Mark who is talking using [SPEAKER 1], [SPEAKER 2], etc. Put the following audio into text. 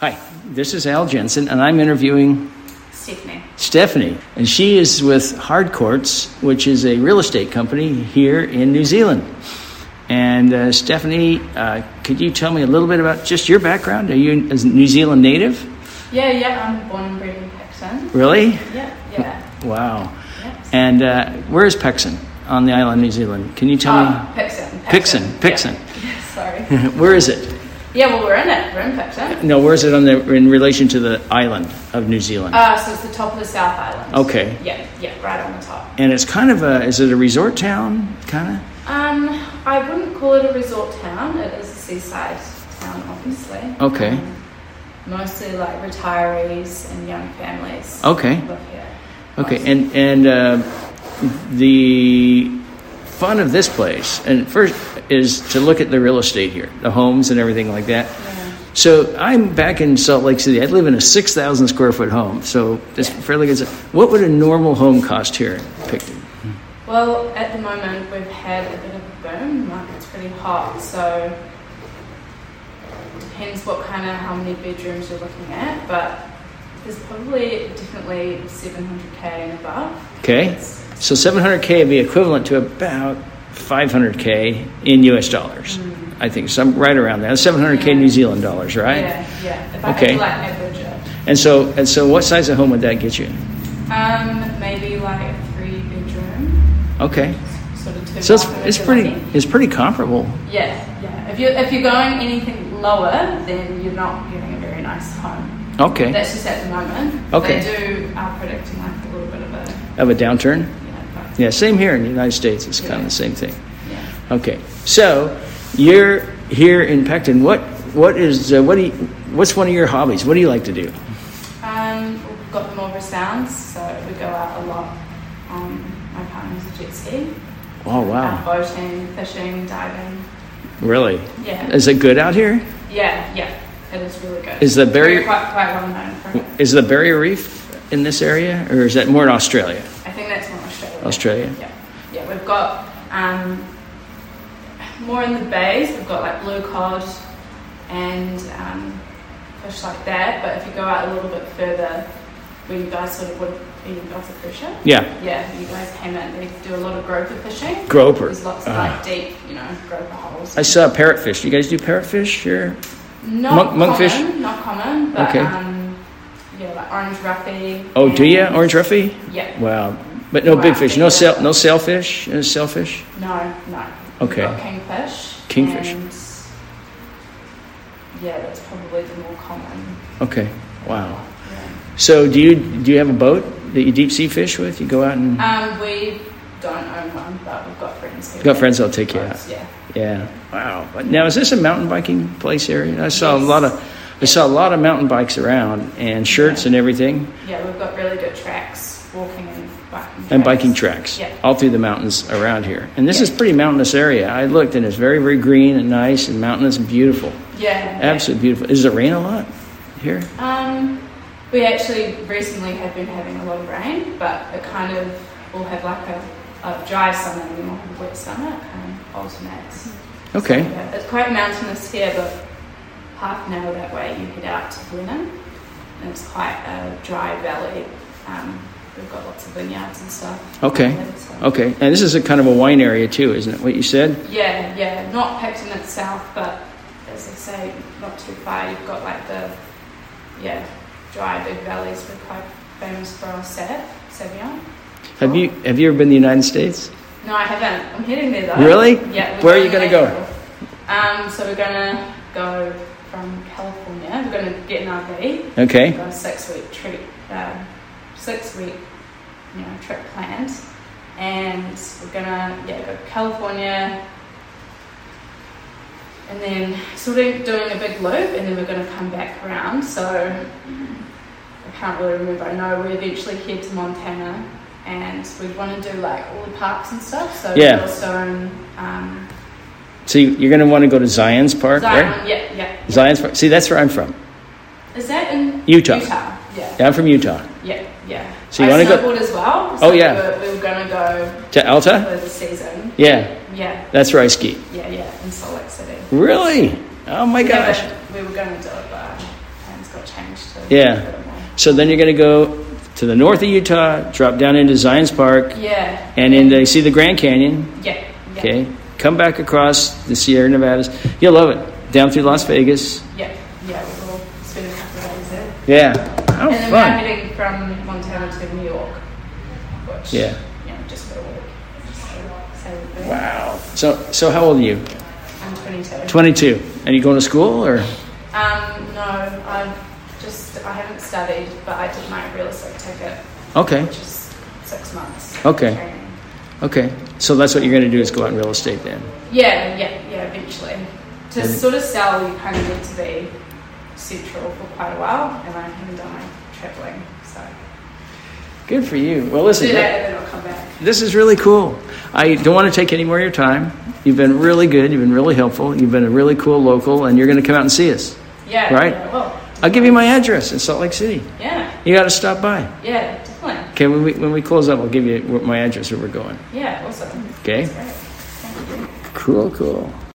[SPEAKER 1] Hi, this is Al Jensen, and I'm interviewing
[SPEAKER 2] Stephanie.
[SPEAKER 1] Stephanie. And she is with Hardcourts, which is a real estate company here in New Zealand. And uh, Stephanie, uh, could you tell me a little bit about just your background? Are you a New Zealand native?
[SPEAKER 2] Yeah, yeah, I'm born and bred in Paxton.
[SPEAKER 1] Really?
[SPEAKER 2] Yeah, yeah.
[SPEAKER 1] Wow.
[SPEAKER 2] Yes.
[SPEAKER 1] And uh, where is Pexon on the island of New Zealand? Can you tell
[SPEAKER 2] Oh, Paxton.
[SPEAKER 1] Paxton, Paxton.
[SPEAKER 2] Yeah. Sorry.
[SPEAKER 1] me where is it?
[SPEAKER 2] yeah, well, we're in it. We're in Paxton.
[SPEAKER 1] No, where is it on the in relation to the island of New Zealand?
[SPEAKER 2] Uh, so it's the top of the South Island.
[SPEAKER 1] Okay.
[SPEAKER 2] Yeah, yeah, right on the top.
[SPEAKER 1] and it's kind of a is it a resort town kind of?
[SPEAKER 2] Um, I wouldn't call it a resort town. It is a seaside town, obviously.
[SPEAKER 1] Okay.
[SPEAKER 2] Um, mostly like retirees and young families.
[SPEAKER 1] Okay.
[SPEAKER 2] Live here.
[SPEAKER 1] Okay, and and uh, the fun of this place, and first is to look at the real estate here, the homes and everything like that. So I'm back in Salt Lake City. I live in a six thousand square foot home, so it's fairly good. What would a normal home cost here in Picton?
[SPEAKER 2] Well, at the moment we've had a bit of a boom. Market's pretty hot, so depends what kind of how many bedrooms you're looking at, but there's probably definitely 700k and above.
[SPEAKER 1] Okay, so seven hundred k would be equivalent to about five hundred k in U.S. dollars. I think some right around that. Seven hundred k New Zealand dollars, right?
[SPEAKER 2] Yeah, yeah. If I
[SPEAKER 1] Okay.
[SPEAKER 2] could like average it,
[SPEAKER 1] And so and so, what size of home would that get you?
[SPEAKER 2] um, maybe like a three bedroom,
[SPEAKER 1] Okay.
[SPEAKER 2] sort of two.
[SPEAKER 1] So it's,
[SPEAKER 2] bathroom
[SPEAKER 1] it's
[SPEAKER 2] if you're
[SPEAKER 1] pretty
[SPEAKER 2] lucky.
[SPEAKER 1] it's pretty comparable.
[SPEAKER 2] Yeah, yeah. If you if you're going anything lower, then you're not getting a very nice home.
[SPEAKER 1] Okay.
[SPEAKER 2] That's just at the moment.
[SPEAKER 1] Okay.
[SPEAKER 2] They do are predicting like a little bit of a
[SPEAKER 1] Of a downturn.
[SPEAKER 2] you know, but
[SPEAKER 1] Yeah. Same here in the United States. It's kind of
[SPEAKER 2] Yeah.
[SPEAKER 1] the same thing.
[SPEAKER 2] Yeah.
[SPEAKER 1] Okay. So you're here in Pecton. What what is uh, what do you, what's one of your hobbies? What do you like to do?
[SPEAKER 2] Um, we've got the Marlborough Sounds, so we go out a lot. Um, my partner's a jet ski.
[SPEAKER 1] Oh
[SPEAKER 2] Out
[SPEAKER 1] wow,
[SPEAKER 2] boating, fishing, diving.
[SPEAKER 1] really?
[SPEAKER 2] Yeah.
[SPEAKER 1] Is it good out here?
[SPEAKER 2] yeah, yeah. It is really good.
[SPEAKER 1] Is the barrier-
[SPEAKER 2] We're quite, quite well known for it.
[SPEAKER 1] Is the Barrier Reef in this area, or is that more in Australia?
[SPEAKER 2] I think that's not Australia.
[SPEAKER 1] Australia.
[SPEAKER 2] Yeah. Yeah, we've got um, more in the bays. We've got like blue cod and um, fish like that. But if you go out a little bit further, where you guys sort of would be off the pressure.
[SPEAKER 1] Yeah.
[SPEAKER 2] Yeah, you guys came in. They do a lot of grouper fishing.
[SPEAKER 1] Groper.
[SPEAKER 2] There's lots of
[SPEAKER 1] Ah.
[SPEAKER 2] like deep, you know, grouper holes.
[SPEAKER 1] I saw parrotfish. You guys do parrotfish here? monk-
[SPEAKER 2] not
[SPEAKER 1] monkfish?
[SPEAKER 2] common, not common, but
[SPEAKER 1] Okay.
[SPEAKER 2] um, yeah, like orange ruffy.
[SPEAKER 1] Oh, do
[SPEAKER 2] and-
[SPEAKER 1] you orange roughy?
[SPEAKER 2] Yeah.
[SPEAKER 1] Wow. But no big
[SPEAKER 2] Wow.
[SPEAKER 1] fish. No sail. No sailfish. Uh, sailfish.
[SPEAKER 2] No, no.
[SPEAKER 1] Okay.
[SPEAKER 2] We've got kingfish.
[SPEAKER 1] Kingfish.
[SPEAKER 2] And yeah, that's probably the more common.
[SPEAKER 1] Okay. Wow.
[SPEAKER 2] Yeah.
[SPEAKER 1] So do you do you have a boat that you deep sea fish with? You go out and
[SPEAKER 2] Um, we don't own one, but we've got friends. Who
[SPEAKER 1] got friends that'll take you out.
[SPEAKER 2] boats, Yeah.
[SPEAKER 1] Yeah. Wow. But Now is this a mountain biking place area? I saw a
[SPEAKER 2] Yes.
[SPEAKER 1] lot of I saw a lot of mountain bikes around and shirts and everything
[SPEAKER 2] Yeah, we've got really good tracks, walking and biking.
[SPEAKER 1] and biking
[SPEAKER 2] tracks.
[SPEAKER 1] tracks
[SPEAKER 2] Yeah.
[SPEAKER 1] all through the mountains around here. And this
[SPEAKER 2] Yeah.
[SPEAKER 1] is pretty mountainous area. I looked and it's very very green and nice and mountainous and beautiful.
[SPEAKER 2] Yeah. yeah.
[SPEAKER 1] Absolutely beautiful. Is it rain a lot here?
[SPEAKER 2] Um, we actually recently have been having a lot of rain, but it kind of will have like a, a dry summer and then we'll have a wet summer. It kind of alternates.
[SPEAKER 1] Okay.
[SPEAKER 2] Yeah, it's quite mountainous here, but half an hour that way you head out to Glenham, and it's quite a dry valley. Um, we've got lots of vineyards and um, stuff.
[SPEAKER 1] Okay.
[SPEAKER 2] So-
[SPEAKER 1] Okay. And this is a kind of a wine area too, isn't it? What you said?
[SPEAKER 2] Yeah, yeah, not packed in itself, but as I say, not too far. You've got like the, yeah, dry big valleys. We're quite famous for our Sav, Savion.
[SPEAKER 1] Have you have you ever been to the United States?
[SPEAKER 2] No, I haven't. I'm heading there though.
[SPEAKER 1] Really?
[SPEAKER 2] Yeah. we're
[SPEAKER 1] Where are you
[SPEAKER 2] going in
[SPEAKER 1] gonna go?
[SPEAKER 2] April. Um, so we're gonna go from California. We're gonna get an RV. We've
[SPEAKER 1] Okay.
[SPEAKER 2] got a six-week trip, um, six-week, you know, trip planned, and we're gonna yeah go to California, and then sort of doing a big loop, and then we're gonna come back around. So I can't really remember. I know we eventually head to Montana, and we want to do like all the parks and stuff. So
[SPEAKER 1] Yeah.
[SPEAKER 2] Yellowstone, um,
[SPEAKER 1] So you- you're going to want to go to Zion's Park, right?
[SPEAKER 2] Zion, yeah, yeah.
[SPEAKER 1] Zion's Park. See, that's where I'm from.
[SPEAKER 2] Is that in
[SPEAKER 1] Utah.
[SPEAKER 2] Utah, yeah.
[SPEAKER 1] Yeah, I'm from Utah.
[SPEAKER 2] Yeah, yeah.
[SPEAKER 1] So you
[SPEAKER 2] I
[SPEAKER 1] wanna go-
[SPEAKER 2] snowboard as well. so
[SPEAKER 1] Oh, yeah.
[SPEAKER 2] We were, we were gonna go
[SPEAKER 1] To Alta?
[SPEAKER 2] for the season.
[SPEAKER 1] Yeah,
[SPEAKER 2] Yeah,
[SPEAKER 1] that's where I ski.
[SPEAKER 2] yeah, yeah. In Salt Lake City.
[SPEAKER 1] Really? Oh my
[SPEAKER 2] Yeah,
[SPEAKER 1] gosh.
[SPEAKER 2] but we were gonna do it, but um, plans got changed to
[SPEAKER 1] Yeah.
[SPEAKER 2] a bit more.
[SPEAKER 1] So then you're going to go to the north of Utah, drop down into Zions Park,
[SPEAKER 2] Yeah.
[SPEAKER 1] and then they see the Grand Canyon.
[SPEAKER 2] Yeah. yeah.
[SPEAKER 1] Okay, come back across the Sierra Nevadas. You'll love it. Down through Las Vegas.
[SPEAKER 2] Yeah. Yeah. We will spend a couple of days there.
[SPEAKER 1] Yeah.
[SPEAKER 2] and
[SPEAKER 1] Oh,
[SPEAKER 2] then we're
[SPEAKER 1] fun.
[SPEAKER 2] heading from Montana to New York, which
[SPEAKER 1] Yeah.
[SPEAKER 2] yeah, just for a walk. Just so- so we're-
[SPEAKER 1] Wow. So, so how old are you?
[SPEAKER 2] I'm 22.
[SPEAKER 1] 22. And you going to school or?
[SPEAKER 2] Um, no, I've just I haven't studied, but I did my real estate ticket,
[SPEAKER 1] Okay.
[SPEAKER 2] which is six months. of
[SPEAKER 1] Okay.
[SPEAKER 2] training.
[SPEAKER 1] Okay. So that's what you're going to do is go out in real estate then.
[SPEAKER 2] Yeah, yeah, yeah. Eventually, to
[SPEAKER 1] And-
[SPEAKER 2] sort of sell, you kind of need to be central for quite a while, and I haven't done my traveling, so
[SPEAKER 1] Good for you. Well, listen.
[SPEAKER 2] do
[SPEAKER 1] that-
[SPEAKER 2] that, and then I'll come back.
[SPEAKER 1] This is really cool. I don't want to take any more of your time. You've been really good. You've been really helpful. You've been a really cool local, and you're going to come out and see us.
[SPEAKER 2] Yeah,
[SPEAKER 1] Right.
[SPEAKER 2] yeah, Well,
[SPEAKER 1] I'll give you my address in Salt Lake City.
[SPEAKER 2] yeah,
[SPEAKER 1] You got to stop by.
[SPEAKER 2] yeah, definitely.
[SPEAKER 1] Okay, when we, when we close up, I'll give you wh- my address where we're going.
[SPEAKER 2] Yeah, awesome.
[SPEAKER 1] Okay?
[SPEAKER 2] That's great. Thank you.
[SPEAKER 1] Cool, cool.